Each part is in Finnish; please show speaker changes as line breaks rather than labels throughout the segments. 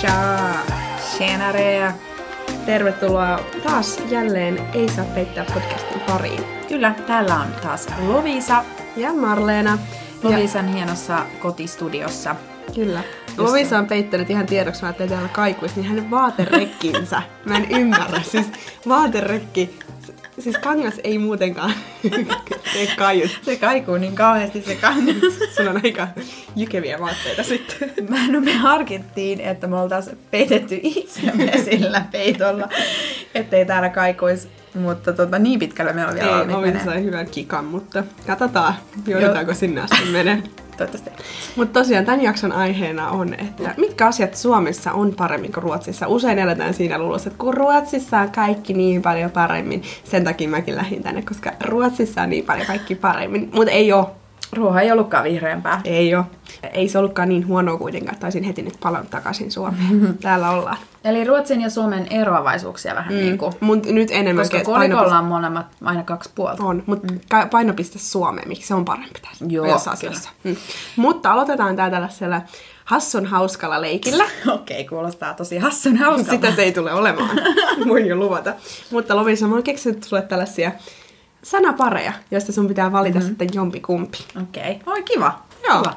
Tja! Tjenare ja tervetuloa taas jälleen Ei saa peittää podcastin pariin.
Kyllä, täällä on taas Lovisa
Ja Marleena.
Lovisan hienossa kotistudiossa.
Ja, kyllä. Lovisa on peittänyt ihan tiedoksi, mä ajattelin täällä kaikuis, niin hänen vaaterekkinsä. Mä en ymmärrä. Siis vaaterekki, siis kangas ei muutenkaan tee kaiut.
Se kaikuu niin kauheasti se kangas.
Sulla on aika jykeviä vaatteita sitten.
No me harkittiin, että me oltaisiin peitetty itsemme sillä peitolla, ettei täällä kaikuisi. Mutta tota, niin pitkälle meillä
Ei,
vielä
Lovisa
menee.
sai hyvän kikan, mutta katsotaan, joudutaanko sinne asti menee.
Toivottavasti.
Mutta tosiaan tämän jakson aiheena on, että mitkä asiat Suomessa on paremmin kuin Ruotsissa. Usein eletään siinä luulossa, että kun Ruotsissa on kaikki niin paljon paremmin, sen takia mäkin lähdin tänne, koska Ruotsissa on niin paljon kaikki paremmin. Mutta ei oo,
Ruoha ei ollutkaan vihreämpää.
ei oo. Ei se ollutkaan niin huonoa kuitenkaan, että olisin heti nyt palannut takaisin Suomeen. Täällä ollaan.
Eli Ruotsin ja Suomen eroavaisuuksia vähän mm. niin kuin.
Mun nyt enemmän
Koska
ke-
kolikolla on molemmat aina kaksi puolta.
On, mutta mm. painopiste Suomeen, miksi se on parempi tässä
Joo,
jossa
kyllä.
asiassa. Mm. Mutta aloitetaan tää tällaisella hassun hauskalla leikillä.
Okei, okay, kuulostaa tosi hassun hauskalta.
Sitä se ei tule olemaan, voin jo luvata. Mutta Lovisa, mä oon keksinyt sulle tällaisia sanapareja, joista sun pitää valita
Mhm.
mm-hmm. sitten jompikumpi.
Okei, okay. oi kiva.
Joo.
Kiva.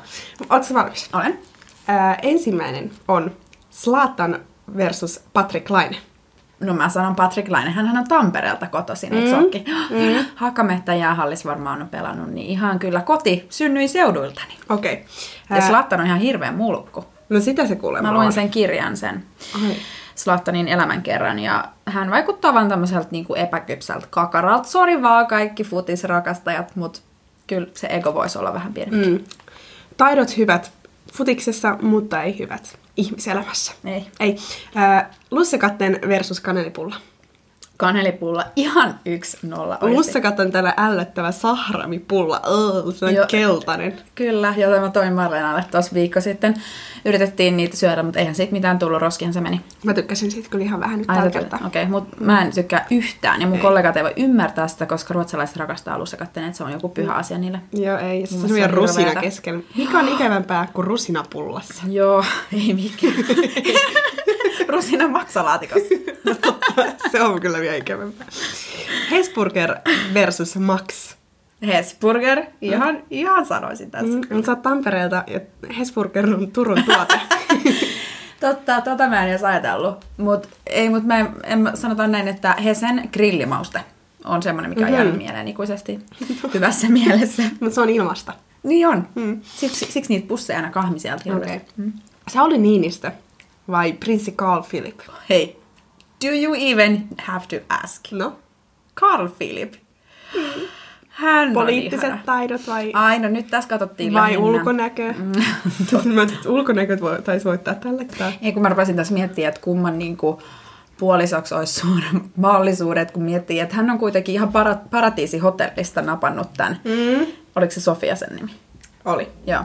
Ootko valmis?
Olen.
Ää, ensimmäinen on Slaatan versus Patrick Laine.
No mä sanon Patrick Laine, hän on Tampereelta kotoisin, mm. sokki? Mm. Hakamehtä jäähallis varmaan on pelannut, niin ihan kyllä koti synnyin seuduiltani.
Okei. Okay.
Ja Slattan on ihan hirveä mulkku.
no sitä se kuulemma
Mä luin
on.
sen kirjan sen
Ai.
Slattanin elämän kerran ja hän vaikuttaa vaan tämmöiseltä niinku epäkypsältä kakaralta. Sori vaan kaikki futisrakastajat, mut kyllä se ego voisi olla vähän pienempi.
Mm. Taidot hyvät futiksessa, mutta ei hyvät ihmiselämässä.
Ei.
Ei. Ää, lussekatten versus kanelipulla.
Kanelipulla ihan yksi nolla olisi.
Lussakat on tällä ällöttävä sahramipulla. Oh, se on
Joo.
keltainen.
Kyllä, jota mä toin Marleenalle tuossa viikko sitten. Yritettiin niitä syödä, mutta eihän siitä mitään tullut, roskihan se meni.
Mä tykkäsin siitä kyllä ihan vähän nyt
Ai,
tällä
tota-
kertaa.
Okei, okay, mutta mä en tykkää yhtään, ja mun kollegat ei voi ymmärtää sitä, koska ruotsalaiset rakastaa lussakatteen, että se on joku pyhä asia niille.
Joo, ei. Se
Mun
on
mielestä se
semmoinen
on
rusina
hirveetä.
keskellä. Mikä on ikävämpää kuin rusina pullassa?
Joo, ei mikään. Rusina maksalaatikossa.
se on kyllä vielä ikävämpää. Hesburger versus Max.
Hesburger, ihan, ihan sanoisin tässä.
Mm, mut sä oot Tampereelta ja Hesburger on Turun tuote.
Totta, tota mä en edes ajatellut. Mut, ei, mut mä en, en, mä- sanotaan näin, että Hesen grillimauste on semmoinen, mikä on jäänyt
Mhm.
mieleen ikuisesti hyvässä mielessä.
Mutta se on ilmasta.
Niin on.
Mm.
Siksi, siksi niitä pusseja aina kahmi sieltä hirveästi.
Okei. Sauli Niinistö vai prinssi Carl Philip?
Hei, do you even have to ask?
No,
Carl Philip. Hän on
Hmm. poliittiset
ihana.
taidot vai,
Ai, no nyt tässä katsottiin
vai
lähinnä.
ulkonäkö? Mm. Mä ajattelin, että ulkonäköt voi, taisi voittaa tällä kertaa.
Ei, kun mä rupesin tässä miettimään, että kumman niin kuin, puolisoksi olisi suuremmat mahdollisuudet, kun miettii, että hän on kuitenkin ihan para- paratiisihotellista napannut tämän.
Mm.
Oliko se Sofia sen nimi?
Oli.
Joo.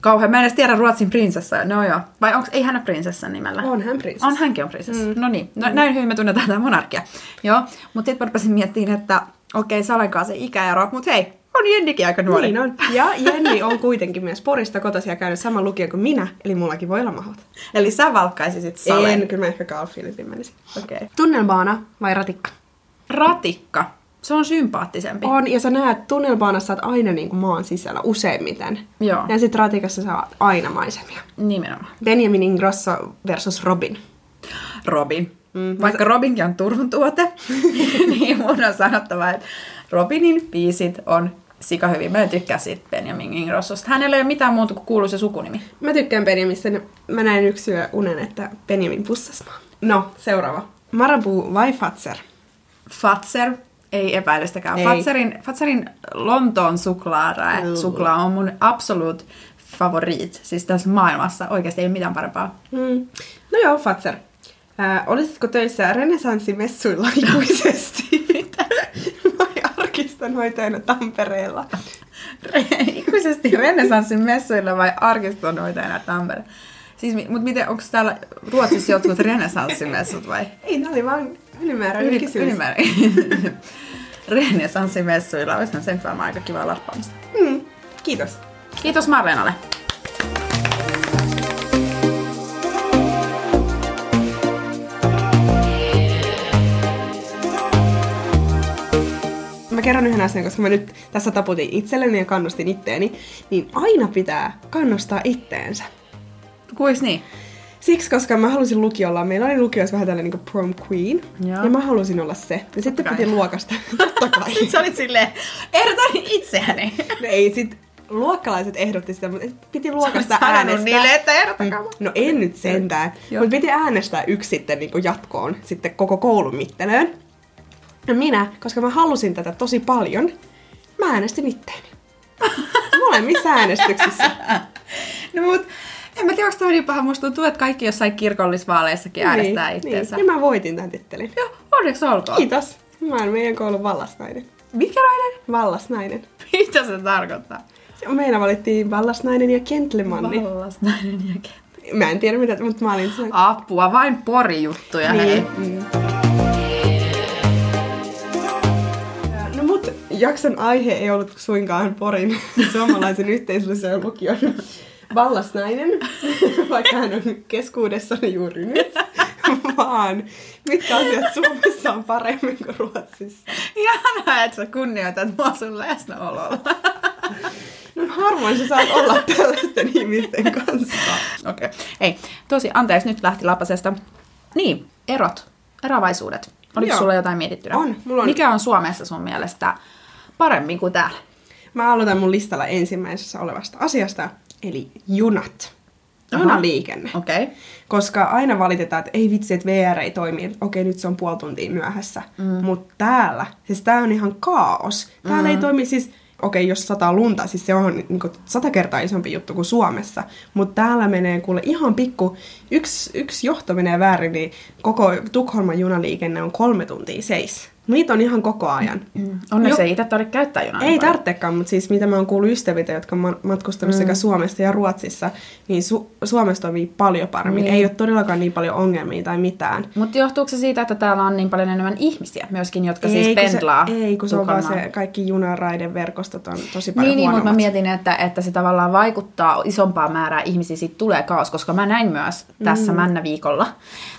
Kauhean. Mä en edes tiedä Ruotsin prinsessa. No joo. Vai onko, ei hän ole prinsessan nimellä?
On hän prinsessa.
On hänkin on prinsessa. Mm. No niin. No, näin hyvin me tunnetaan tämä monarkia. Joo. Mutta sitten mä rupesin miettimään, että okei, okay, salenkaan se ikäero, mutta hei, on Jennikin aika nuori.
Niin on. Ja Jenni on kuitenkin myös Porista kotoisin ja käynyt saman lukion kuin minä, eli mullakin voi olla mahot.
Eli sä valkkaisisit salen.
En, kyllä mä ehkä Carl Philipin menisin.
Okei. Okay.
Tunnelmaana vai ratikka?
Ratikka. Se on sympaattisempi.
On, ja sä näet, tunnelmaana sä oot aina niin kuin maan sisällä useimmiten.
Joo.
Ja sit ratikassa sä oot aina maisemia.
Nimenomaan.
Benjamin Ingrosso versus Robin.
Robin. Mm, Vaikka Robinkin on Turun tuote, niin mun on sanottava, että Robinin biisit on sika hyvin. Mä en tykkää siitä Benjamin Ingrossosta. Hänellä ei ole mitään muuta kuin kuuluu se sukunimi.
Mä tykkään Benjamista. niin Mä näin yksi yö unen, että Benjamin pussas mua. No, seuraava. Marabou vai Fatser?
Fatser, ei epäilystäkään.
Ei.
Fatserin, Fatserin Lontoon suklaara,
Mm.
suklaa on mun absoluut favorit. Siis tässä maailmassa oikeasti ei ole mitään parempaa.
Mm. No joo, Fatser. Äh, olisitko töissä renessanssimessuilla ikuisesti? Mitä? Vai arkiston hoitajana Tampereella?
Re- ikuisesti renesanssin messuilla vai arkistonoitajana Tampere? Siis, mutta miten, onko täällä Ruotsissa jotkut renesanssimessut vai?
Ei, tää oli vaan ylimääräinen
Yli,
kysymys.
ylimääräinen. Renesanssimessuilla, olisihan sen varmaan aika kiva larppaamista.
Mm. Kiitos.
Kiitos Marleenalle.
mä kerron yhden asian, koska mä nyt tässä taputin itselleni ja kannustin itteeni, niin aina pitää kannustaa itteensä.
Kuis niin?
Siksi, koska mä halusin lukiolla, meillä oli lukiossa vähän tällainen niin prom queen,
Joo.
ja mä halusin olla se. Ja sitten
kai.
piti luokasta, totta kai.
Sitten sä olit silleen, ehdotan itseäni.
No ei, sit luokkalaiset ehdotti sitä, mutta piti luokasta
Sä olit sanonut
äänestää.
niille, että ehdottakaa
Mm.
mua.
No en nyt sentään.
Joo.
Mutta piti äänestää yksi sitten niin kuin jatkoon, sitten koko koulun mittelöön. No minä, koska mä halusin tätä tosi paljon, mä äänestin itteeni. Molemmissa äänestyksissä. Mm.
No mut, en mä tiedä, onko toi niin paha. Musta tuntuu, että kaikki jossain kirkollisvaaleissakin äänestää
Niin,
itseensä.
Niin. Ja mä voitin tämän tittelin.
Joo, onneksi olkoon.
Kiitos. Mä oon meidän koulun vallasnainen.
Mikä nainen?
Vallasnainen.
Mitä se tarkoittaa?
Se- Meillä valittiin vallasnainen ja gentlemanni.
Vallasnainen ja ke-
Mä en tiedä mitä, mutta mä olin se.
Apua, vain porijuttuja. Hei.
Mm. No mut jakson aihe ei ollut suinkaan Porin suomalaisen yhteisöllisen lukion vallasnainen, vaikka hän on keskuudessani juuri nyt, vaan mitkä asiat Suomessa on paremmin kuin Ruotsissa.
Ihanaa, että sä kunnioitat mua sun läsnäololla.
No harvoin sä saat olla tällaisten ihmisten kanssa.
Ah, Okei. Okay. Ei, tosi anteeksi, nyt lähti lapasesta. Niin, erot, eroavaisuudet. Oliko
Joo.
sulla jotain mietittynä?
On, mulla on.
Mikä on Suomessa sun mielestä paremmin kuin täällä?
Mä aloitan mun listalla ensimmäisessä olevasta asiasta, eli junat.
Aha.
Junaliikenne.
Okei. Okay.
Koska aina valitetaan, että ei vitsi, että VR ei toimi, että okei nyt se on puoli tuntia myöhässä. Mm. Mutta täällä, siis tää on ihan kaos. Täällä mm. ei toimi siis, okei jos sataa lunta, siis se on niinku sata kertaa isompi juttu kuin Suomessa. Mutta täällä menee kuule ihan pikku, yksi, yksi johto menee väärin, niin koko Tukholman junaliikenne on kolme tuntia seis. Niitä on ihan koko ajan.
Mm. Onneksi
Jo-
ei itse tarvitse käyttää junaa. niin
ei tarvitsekaan, mutta siis mitä mä oon kuullut ystäviltä, jotka on ma- matkustanut mm. sekä Suomesta ja Ruotsissa, niin Su- Suomessa toimii paljon paremmin.
Niin.
Ei ole todellakaan niin paljon ongelmia tai mitään.
Mutta johtuuko se siitä, että täällä on niin paljon enemmän ihmisiä myöskin, jotka siis
kun se-
pendlaa
ei, kun se on vaan
Tukholmaan?
se, kaikki junaraideverkostot on tosi paljon
Niin, niin mutta mä
huonommat.
mietin, että, että se tavallaan vaikuttaa isompaa määrää ihmisiä, siitä tulee kaos, koska mä näin myös tässä mm. männäviikolla,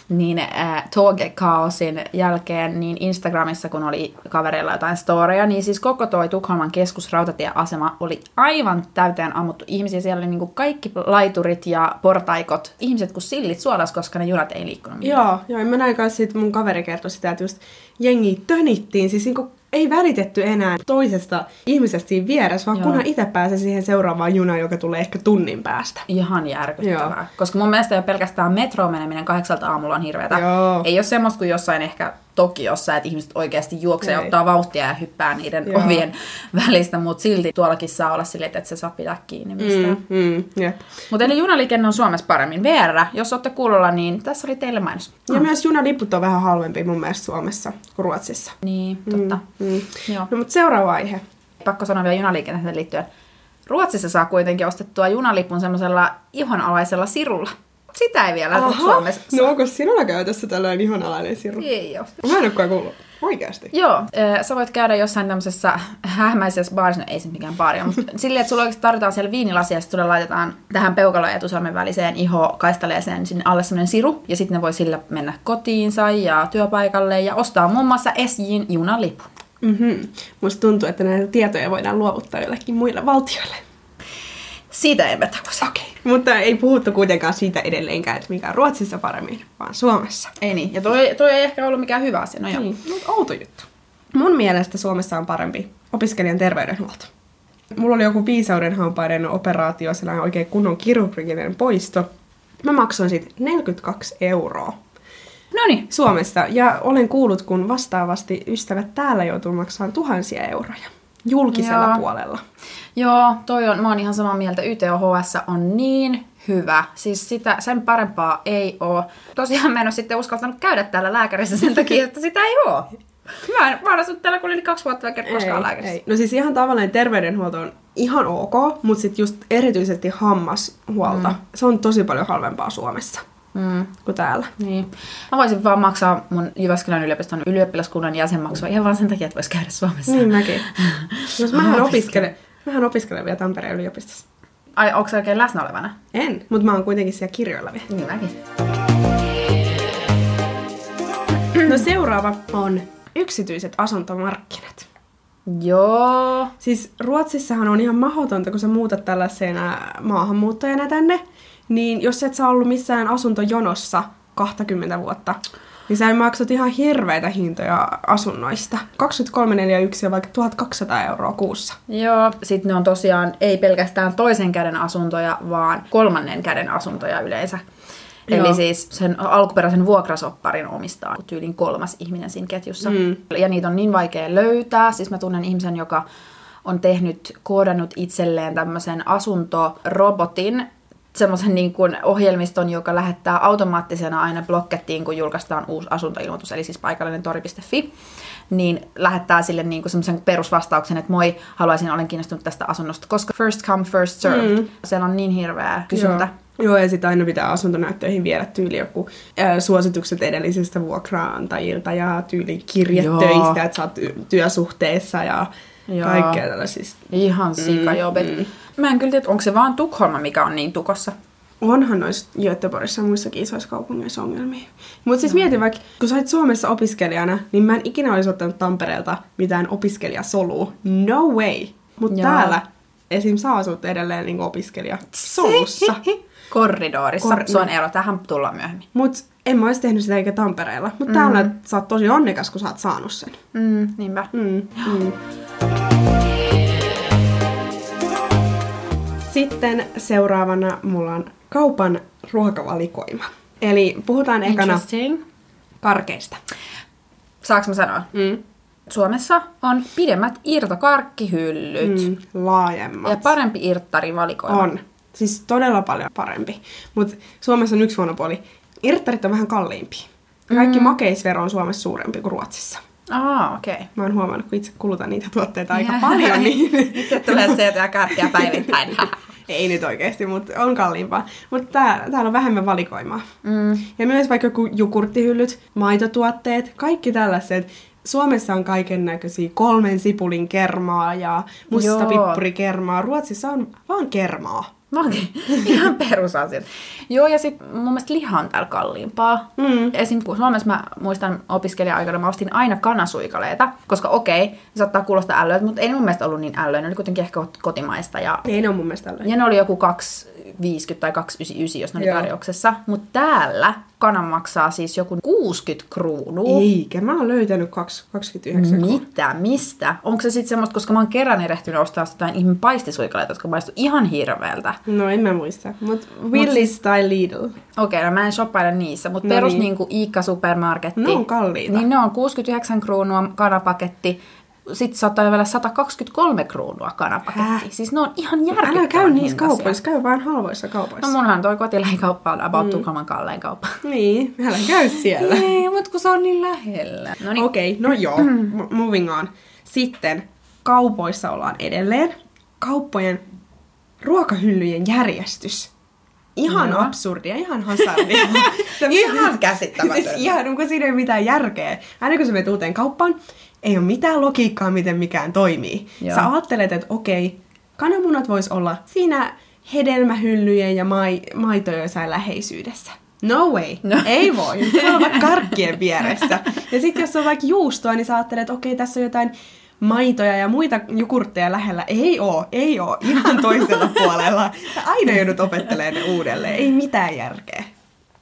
niin äh, Toge-kaosin jälkeen, niin Instagramissa, kun oli kavereilla jotain storeja, niin siis koko toi Tukholman keskusrautatieasema oli aivan täyteen ammuttu ihmisiä, siellä oli niinku kaikki laiturit ja portaikot, ihmiset kuin sillit suolas, koska ne junat ei liikkunut mihinkään.
Joo, joo, ja mä näin kanssa sit mun kaveri kertoi sitä, että just jengi tönittiin, siis niinku ei välitetty enää toisesta ihmisestä siinä vieressä, vaan
Joo.
joo. kunhan itse pääsee siihen seuraavaan junaan, joka tulee ehkä tunnin päästä.
Ihan järkyttävää. Joo.
Joo.
Koska mun mielestä jo pelkästään metroon meneminen kahdeksalta aamulla on hirveätä.
Joo.
Ei ole semmoista kuin jossain ehkä Tokiossa, että ihmiset oikeasti juoksee,
Ei.
ottaa vauhtia ja hyppää niiden Joo.
Joo.
ovien välistä, mutta silti tuollakin saa olla silleen, että sä saa pitää kiinni mistään. Mm.
mm, jep.
Mutta eli junaliikenne on Suomessa paremmin. VR, jos olette kuulolla, niin tässä oli teille mainos.
Ja myös junaliput on vähän halvempi mun mielestä Suomessa kuin Ruotsissa.
Niin, totta. Mm.
Mm.
Joo.
No mutta seuraava aihe.
Pakko sanoa vielä junaliikenteeseen liittyen. Ruotsissa saa kuitenkin ostettua junalipun semmoisella ihonalaisella sirulla. Sitä ei vielä Suomessa Niin. saa.
no onko sinulla käytössä tällainen ihanalainen siru?
Ei ole.
Mä en olekaan kuullut. Oikeasti.
Joo, äh, sä voit käydä jossain tämmöisessä hähmäisessä baarissa, no ei se mikään baari on, mutta silleen, että sulla oikeasti tarvitaan siellä viinilasia, ja sitten sulle laitetaan tähän peukalo- ja etusormen väliseen ihokaistaleeseen sinne alle semmoinen siru, ja sitten ne voi sillä mennä kotiinsa ja työpaikalle ja ostaa muun muassa SJin junalipun.
Mm-hmm. Musta tuntuu, että näitä tietoja voidaan luovuttaa jollekin muille valtioille.
Siitä emme takuisi.
Okei. Okay. Mutta ei puhuttu kuitenkaan siitä edelleenkään, että mikä on Ruotsissa paremmin, vaan Suomessa.
Ei niin, ja toi, toi ei ehkä ollut mikään hyvä asia, no joo.
Niin, mutta outo juttu. Mun mielestä Suomessa on parempi opiskelijan terveydenhuolto. Mulla oli joku viisaudenhampaiden operaatio, sellainen oikein kunnon kirurginen poisto. Mä maksoin siitä 42 euroa
No niin,
Suomessa ja olen kuullut, kun vastaavasti ystävät täällä joutuu maksamaan tuhansia euroja julkisella
Joo.
Joo. puolella.
Joo, toi on, mä oon ihan samaa mieltä. YTHS on niin hyvä. Siis sitä, sen parempaa ei oo. Tosiaan mä en oo sitten uskaltanut käydä täällä lääkärissä sen takia, että sitä ei oo. Mä, en, mä oon asunut täällä kun oli kaksi vuotta eikä koskaan lääkärissä.
No siis ihan tavallinen terveydenhuolto on ihan ok, mutta sitten just erityisesti hammashuolta. Mm. Se on tosi paljon halvempaa Suomessa
Mm,
kuin täällä.
niin. Mä voisin vaan maksaa mun Jyväskylän yliopiston ylioppilaskunnan jäsenmaksua ihan vaan sen takia, että vois käydä Suomessa.
Niin mäkin. Jos mähän,
Opiskele-
opiskelen, mähän opiskelen vielä Tampereen yliopistossa.
Ai, onko se oikein läsnä olevana?
En, mutta mä oon kuitenkin siellä kirjoilla vielä.
Niin mäkin.
No seuraava on yksityiset asuntomarkkinat.
Joo.
Siis Ruotsissahan on ihan mahdotonta, kun sä muutat tällaisena maahanmuuttajana tänne, niin jos et sä ollut missään asuntojonossa 20 vuotta, niin sä maksat ihan hirveitä hintoja asunnoista. 2341 ja vaikka 1200 euroa kuussa.
Joo, sitten ne on tosiaan ei pelkästään toisen käden asuntoja, vaan kolmannen käden asuntoja yleensä. Joo. Eli
Joo.
siis sen alkuperäisen vuokrasopparin omistaa tyylin kolmas ihminen siinä ketjussa. Mm. Ja niitä on niin vaikea löytää. Siis mä tunnen ihmisen, joka on tehnyt, koodannut itselleen tämmöisen asuntorobotin, semmoisen niin kuin ohjelmiston, joka lähettää automaattisena aina blokkettiin, kun julkaistaan uusi asuntoilmoitus, eli siis paikallinen tori.fi, niin lähettää sille niin kuin semmoisen perusvastauksen, että moi, haluaisin, olen kiinnostunut tästä asunnosta, koska first come, first served. Mm. Sen on niin hirveä kysyntä. Joo.
Joo. Joo, ja sitten aina pitää asuntonäyttöihin viedä tyyli joku ö, suositukset edellisistä vuokraantajilta ja tyyli kirjetöistä,
Joo.
että sä oot ty- työsuhteessa ja
Joo.
Joo. kaikkea tällaisista.
Ihan sikajobet. Mm, Mä en kyllä tiedä, onko se vaan Tukholma, mikä on niin tukossa.
Onhan noissa Göteborgissa ja muissakin isoissa kaupungeissa ongelmia. Mutta siis mietin vaikka, kun sä olit Suomessa opiskelijana, niin mä en ikinä olisi ottanut Tampereelta mitään opiskelijasolua. No way! Mutta
Joo.
täällä esim. saa asut edelleen niin opiskelijasolussa.
Korridorissa.
Kor- mm.
se on ero, tähän tullaan myöhemmin.
Mutta en mä olisi tehnyt sitä eikä Tampereella. Mutta mm. täällä sä oot tosi onnekas, kun sä oot saanut sen.
Mm, niinpä.
Mm. Mm. Sitten seuraavana mulla on kaupan ruokavalikoima. Eli puhutaan ekana
Interesting.
karkeista.
Saanko mä sanoa?
Mm.
Suomessa on pidemmät irtokarkkihyllyt mm.
Mm. Laajemmat.
ja parempi irttarivalikoima.
on. Siis todella paljon parempi. Mutta Suomessa on yksi huono puoli. Irttarit on vähän kalliimpi. Kaikki mm. makeisvero on Suomessa suurempi kuin Ruotsissa.
Ah, okei. Okay.
Mä oon huomannut, kun itse kulutan niitä tuotteita aika paljon, niin
Itse tulee syötyä karkkia päivittäin.
Ei nyt oikeasti, mutta on kalliimpaa. Mutta tää, täällä on vähemmän valikoimaa.
mm.
Ja myös vaikka joku jukurttihyllyt, maitotuotteet, kaikki tällaiset. Suomessa on kaiken näköisiä kolmen sipulin kermaa ja musta
Joo.
pippurikermaa. Ruotsissa on vaan kermaa.
No okei, ihan perusasiat. Joo, ja sitten mun mielestä liha on täällä kalliimpaa.
Mm.
Esim. kun Suomessa mä muistan opiskelija-aikana, mä ostin aina kanasuikaleita, koska okei, okay, saattaa kuulostaa ällöiltä, mutta ei ne mun mielestä ollut niin ällöä, ne oli kuitenkin ehkä kot- kotimaista. Ja,
Ei ne on mun mielestä tällainen.
ja ne oli joku 2,50 tai 2,99, jos ne oli
Joo.
tarjouksessa. Mutta täällä kana maksaa siis joku 60 kruunua.
Eikä, mä oon löytänyt kaksi- 29.
Mitä? Mistä? Onko se sitten semmoista, koska mä oon kerran erehtynyt ostaa jotain ihme paistisuikaleita, jotka maistu ihan hirveältä.
No en mä muista. Mut siis- Willis tai Lidl.
Okei, no mä en shoppaile niissä, mutta
No
no perus niin.
niin.
niinku Iikka supermarketti.
Ne on kalliita.
Niin ne on 69 kruunua kanapaketti. Sitten saattaa vielä 123 kruunua kanapaketti.
Häh?
Siis ne on ihan järkyttävän
Älä käy niissä
hintaisia.
kaupoissa, käy vaan halvoissa kaupoissa.
No munhan toi kotilähikauppa on about mm. Tukholman kallein kauppa.
Niin, älä käy siellä.
Ei, mutta kun se on niin lähellä. No niin, okay.
Okei, okay, no joo, m- moving on. Sitten kaupoissa ollaan edelleen. Kauppojen ruokahyllyjen järjestys. Ihan
Joo.
no. absurdia, ihan hasardia. Se-
Ihan käsittämätöntä.
siis ihan, kun siinä ei ole mitään järkeä. Aina kun sä menet uuteen kauppaan, ei ole mitään logiikkaa, miten mikään toimii.
Joo.
Joo. Sä ajattelet, että okei, kananmunat vois olla siinä hedelmähyllyjen ja mai, maitojen jossain läheisyydessä. No way.
No.
No. Ei voi. Se voi olla karkkien vieressä. Ja sitten jos on vaikka juustoa, niin sä ajattelet, että okei, tässä on jotain maitoja ja muita jukurtteja lähellä. Ei oo, ei oo. Ihan toisella puolella. Sä aina joudut opettelemaan ne uudelleen. Ei mitään järkeä.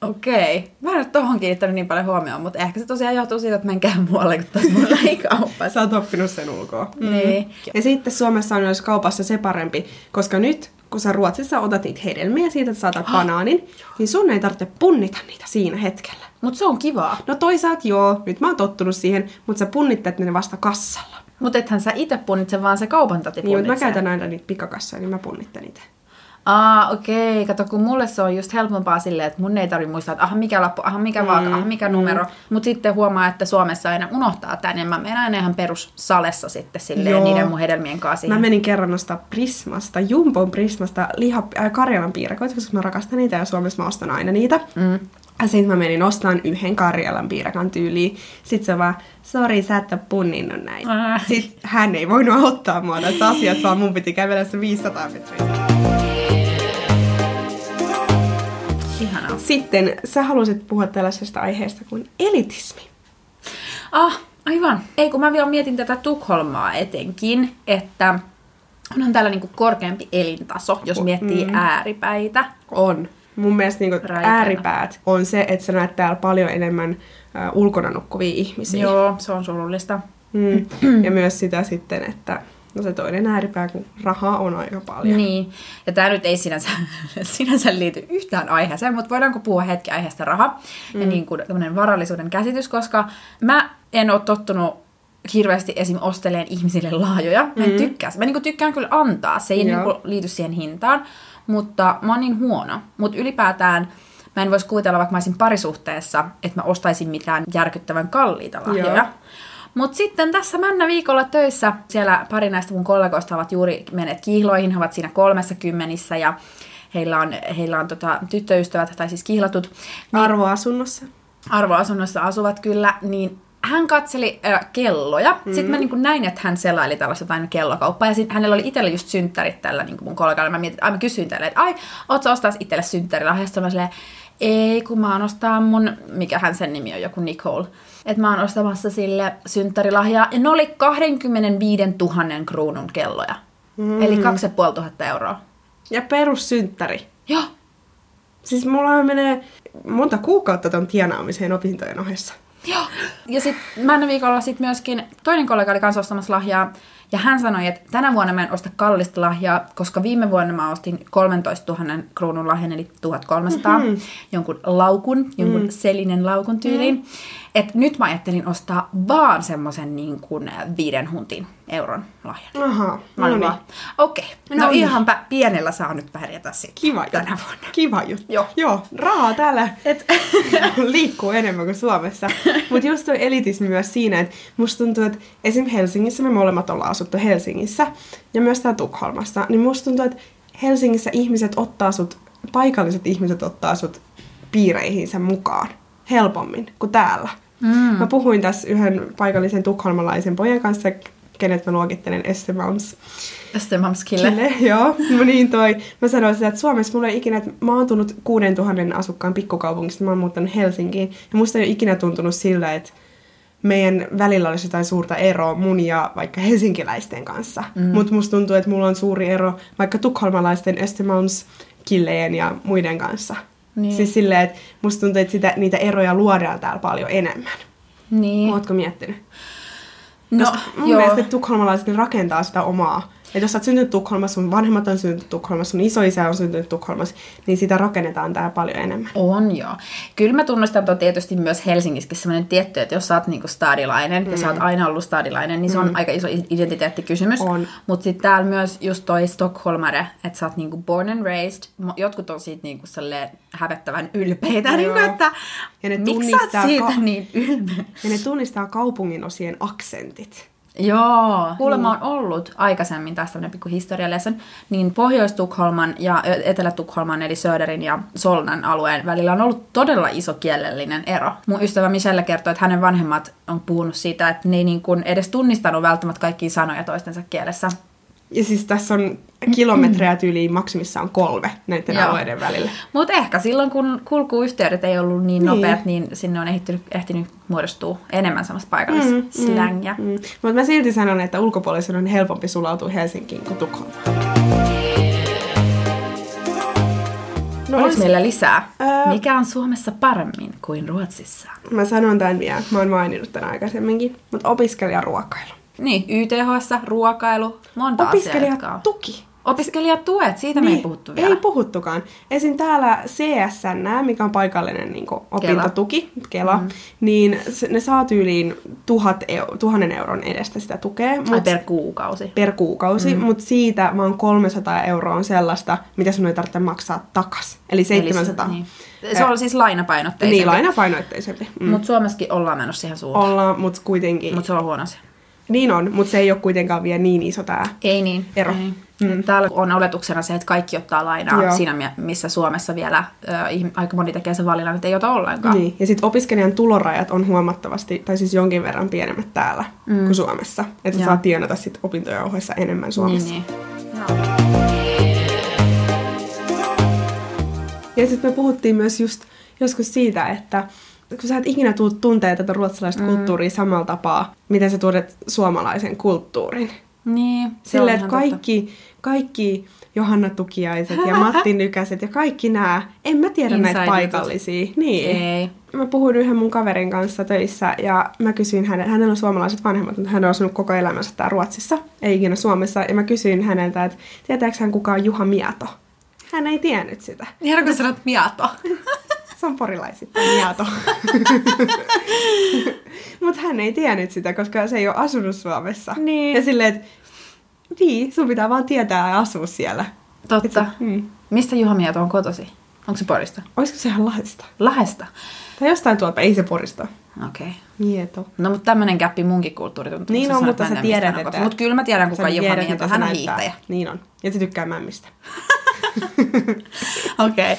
okei. Okay. Mä en ole tohon kiinnittänyt niin paljon huomioon, mutta ehkä se tosiaan johtuu siitä, että mä en käy muualle kuin tässä mun lähikaupassa.
Sä oot oppinut sen ulkoa.
Niin.
Ja sitten Suomessa on myös kaupassa se parempi, koska nyt kun sä Ruotsissa otat niitä hedelmiä siitä, että saatat banaanin, niin sun ei tarvitse punnita niitä siinä hetkellä.
Mutta se on kivaa.
No toisaalta joo, nyt mä oon tottunut siihen, mutta sä punnittat ne vasta kassalla.
Mutta ethän sä itse punnitse, vaan se kaupan tati
Niin, mutta mä
punnitsee.
käytän aina niitä pikakassoja, niin mä punnitan niitä.
Aa, okei. Kato, kun mulle se on just helpompaa silleen, että mun ei tarvi muistaa, että aha, mikä lappu, aha, mikä mm, vaaka, aha, mikä numero. Mutta sitten huomaa, että Suomessa aina unohtaa tän, ja mä menen aina ihan perussalessa sitten silleen Joo.
Joo.
niiden mun hedelmien kanssa siihen.
Mä menin kerran ostaa Prismasta, Jumbon Prismasta liha, äh, Karjalan piirakoita, koska mä rakastan niitä ja Suomessa mä ostan aina niitä. Mm. Ja sitten mä menin ostamaan yhden Karjalan piirakan tyyliin. Sitten se vaan, sori sä et ole punninnut näitä.
Ah.
Sitten hän ei voinut auttaa mua tässä asiassa, vaan mun piti kävellä se 500 metriä.
Ihanaa.
Sitten sä halusit puhua tällaisesta aiheesta kuin elitismi.
Ah, Aivan. Ei, kun mä vielä mietin tätä Tukholmaa etenkin, että onhan täällä niinku korkeampi elintaso, jos miettii mm. ääripäitä.
On. Mun mielestä niinku
Raikeena.
ääripäät on se, että sä näet täällä paljon enemmän ä, ulkona nukkuvia ihmisiä.
Joo, se on surullista.
Mm. ja myös sitä sitten, että no se toinen ääripää, kun rahaa on aika paljon.
Niin, ja tämä nyt ei sinänsä, sinänsä liity yhtään aiheeseen, mutta voidaanko puhua hetki aiheesta raha mm. ja niin kuin tämmönen varallisuuden käsitys, koska mä en ole tottunut hirveästi esim. osteleen ihmisille lahjoja. Mä en tykkää. sitä. Mä niinku tykkään kyllä antaa, se ei
Mm-hmm. Joo.
niinku liity siihen hintaan, mutta mä oon niin huono. Mutta ylipäätään mä en voisi kuvitella, vaikka mä olisin parisuhteessa, että mä ostaisin mitään järkyttävän kalliita lahjoja.
Joo.
Mutta sitten tässä männä viikolla töissä, siellä pari näistä mun kollegoista ovat juuri menneet kihloihin, he ovat siinä kolmessa kymmenissä ja heillä on, heillä on tota, tyttöystävät tai siis kihlatut
Arvoasunnossa.
arvoasunnossa asuvat kyllä, niin hän katseli ö, kelloja. Mm. Sitten mä niin kuin näin, että hän selaili tällaista jotain kellokauppaa. Ja sitten hänellä oli itsellä just synttärit tällä niin kuin mun kollegalla. Mä, mietin, ai, mä kysyin tälle, että ai, oot sä ostaa itselle synttärilahjasta? Mä silleen, ei, kun mä oon ostaa mun, mikä hän sen nimi on, joku Nicole. Että mä oon ostamassa sille synttärilahjaa. Ja ne oli 25 000 kruunun kelloja. Mm. Eli 2500 euroa.
Ja perussynttäri.
Joo,
Siis mulla menee monta kuukautta ton tienaamiseen opintojen ohessa.
Joo. Ja sitten männä viikolla sit myöskin toinen kollega oli kanssa ostamassa lahjaa. Ja hän sanoi, että tänä vuonna mä en osta kallista lahjaa, koska viime vuonna mä ostin 13 000 kruunun lahjan, eli 1300,
Mhm.
mm-hmm. jonkun laukun, jonkun mm. selinen laukun tyyliin. Mm. Et nyt mä ajattelin ostaa vaan semmoisen niin kuin äh, viiden huntin euron lahjan.
Aha,
Mä
no
olin
niin.
vaan, okei, okay. no,
No
no
niin.
ihanpä pienellä saa nyt pärjätä sitten.
Kiva juttu.
tänä vuonna.
Kiva juttu.
Joo.
Joo, rahaa täällä
Et,
liikkuu enemmän kuin Suomessa. Mutta just tuo elitismi myös siinä, että musta tuntuu, että esim. Helsingissä, me molemmat ollaan asuttu Helsingissä ja myös tää Tukholmassa, niin musta tuntuu, että Helsingissä ihmiset ottaa sut, paikalliset ihmiset ottaa sut piireihinsä mukaan helpommin kuin täällä. Mm. Mä puhuin tässä yhden paikallisen tukholmalaisen pojan kanssa, kenet mä luokittelen Essemans
Sitten mamskille.
Kille, joo. No niin toi. Mä sanoin sitä, että Suomessa mulla ei ikinä, että mä oon tullut 6000 asukkaan pikkukaupungista, mä oon muuttanut Helsinkiin. Ja musta ei ole ikinä tuntunut sillä, että meidän välillä olisi jotain suurta eroa mun ja vaikka helsinkiläisten kanssa. Mm. Mutta musta tuntuu, että mulla on suuri ero vaikka tukholmalaisten Östermalms killeen ja muiden kanssa.
Niin.
Siis silleen, että musta tuntuu, että sitä, niitä eroja luodaan täällä paljon enemmän.
Niin.
Ootko miettinyt?
No,
Koska mun joo. mielestä tukholmalaiset ne rakentaa sitä omaa. Että jos sä oot syntynyt Tukholmassa, sun vanhemmat on syntynyt Tukholmassa, sun isoisä on syntynyt Tukholmassa, niin sitä rakennetaan täällä paljon enemmän.
On joo. Kyllä mä tunnustan tuon tietysti myös Helsingissäkin semmoinen tietty, että jos sä oot niinku stadilainen mm. ja sä oot aina ollut stadilainen, niin se on aika iso i- identiteettikysymys.
Mm. On.
Mutta sitten täällä myös just toi Stockholmare, että sä oot niinku born and raised. Mo- Jotkut on siitä niinku silleen hävettävän ylpeitä,
Joo.
niinku, että
Ja ne
miksi sä
tunnistaa
oot siitä
ka-
niin ylpeä?
Ja ne tunnistaa kaupungin osien aksentit.
Joo, niin. kuulemma on ollut aikaisemmin, taas tämmöinen pikku historia lesson, niin Pohjois-Tukholman ja Ö- Etelä-Tukholman, eli Söderin ja Solnan alueen välillä on ollut todella iso kielellinen ero. Mun ystävä Michelle kertoi, että hänen vanhemmat on puhunut siitä, että ne ei niin kuin edes tunnistanut välttämättä kaikkia sanoja toistensa kielessä.
Ja siis tässä on kilometrejä tyyliin maksimissaan kolme näiden
Joo.
Joo. alueiden välillä.
Mutta ehkä silloin, kun kulkuyhteydet ei ollut niin,
Niin.
nopeat, niin sinne on ehtinyt, ehtinyt muodostua enemmän semmoista paikallis-slangia. Mm, mm.
Mm. Mutta mä silti sanon, että ulkopuolisen on helpompi sulautua Helsinkiin kuin Tukholmaan.
No, Oliko
olisi-
meillä lisää?
Ää-
Mikä on Suomessa paremmin kuin Ruotsissa?
Mä sanon tämän vielä, mä oon maininnut tämän aikaisemminkin, mutta opiskelijaruokailu.
Niin, YTHS, ruokailu, monta asiaa, jotka on.
Opiskelijatuki.
Opiskelijatuet, siitä niin, me ei puhuttu vielä.
Ei puhuttukaan. Esim. täällä CSN, mikä on paikallinen niin opintotuki, Kela,
Mhm.
mm-hmm. niin se- ne saa tyyliin tuhat eu- tuhannen euron edestä sitä tukea.
Ai
Mut
per Mhm. kuukausi.
per kuukausi, mm. mutta siitä vaan 300 euroa on sellaista, mitä sun ei tarvitse maksaa takas. Eli 700.
Eli se, niin. se on siis lainapainotteisempi.
niin lainapainoitteisempi. Mm.
Mutta Suomessakin ollaan menossa siihen suuntaan.
Ollaan, mutta kuitenkin.
Mutta se on huono asia.
Niin on, mutta se ei ole kuitenkaan vielä niin iso tämä.
Ei niin.
Ero.
Ei niin. Mm. Täällä on oletuksena se, että kaikki ottaa lainaa Joo.
Joo.
siinä, mi- missä Suomessa vielä ö, ihm- aika moni tekee sen valinnan, että ei ota ollenkaan.
Niin, ja sitten opiskelijan tulorajat on huomattavasti, tai siis jonkin verran pienemmät täällä mm. kuin Suomessa. Että
Joo.
sä saat tienata sit opintojen ohessa enemmän Suomessa.
Niin, niin. niin.
Ja sitten me puhuttiin myös just joskus siitä, että kun sä et ikinä tuu tuntee tätä ruotsalaista mm. kulttuuria samalla tapaa, miten sä tuodet suomalaisen kulttuurin.
Niin. se on
Silleen, että
ihan
kaikki, kaikki Johanna Tukiaiset ja Matti Nykäset ja kaikki nämä, en mä tiedä Inside näitä
Inside-jutut.
paikallisia. Niin.
totta. Ei.
Mä puhuin yhden mun kaverin kanssa töissä ja mä kysyin hänen, hänellä on suomalaiset vanhemmat, mutta hän on asunut koko elämänsä täällä Ruotsissa, ei ikinä Suomessa. Ja mä kysyin häneltä, että tietääkö hän kuka on Juha Miato? Hän ei tiennyt sitä.
Ihan kun sanot miato.
Se on porilaisittain Miato. mutta hän ei tiennyt sitä, koska se ei ole asunut Suomessa.
Niin.
Ja silleen, että niin, sun pitää vaan tietää ja asua siellä.
Totta.
Mm.
Mistä Juha Mieto on kotosi? Onko se Porista?
Olisiko se ihan lahjasta?
Lahesta.
Tai jostain tuolta, ei se porista.
Okei. Okay.
Mieto.
No mutta tämmönen käppi munkin kulttuuri tuntuu.
Niin on, mutta sä tiedät, että...
Mutta kyllä mä tiedän, kuka
sä
Juha
tiedät,
Mieto.
mitä
Hän
se
on
näyttää.
hiihtäjä.
Niin on. Ja se tykkää mämmistä.
Okei. Okay.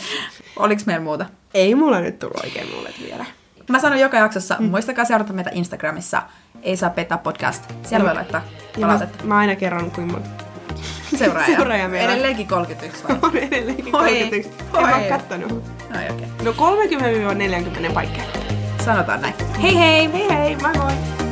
Oliko meillä muuta?
Ei mulla nyt tullut oikein mulle vielä.
Mä sanon joka jaksossa, mm. muistakaa seurata meitä Instagramissa. Ei saa pettää podcast. Siellä mm. voi laittaa
Ja mä,
palautetta.
mä aina kerron, kuinka mun
Seuraaja.
Seuraaja meillä.
Edelleenkin 31 vai?
on edelleenkin
Oi,
31. En mä
oi.
oo kattonut.
No ei, okei. Okay.
No 30-40 paikkaa.
Sanotaan näin. Hei hei!
Hei hei, moi moi!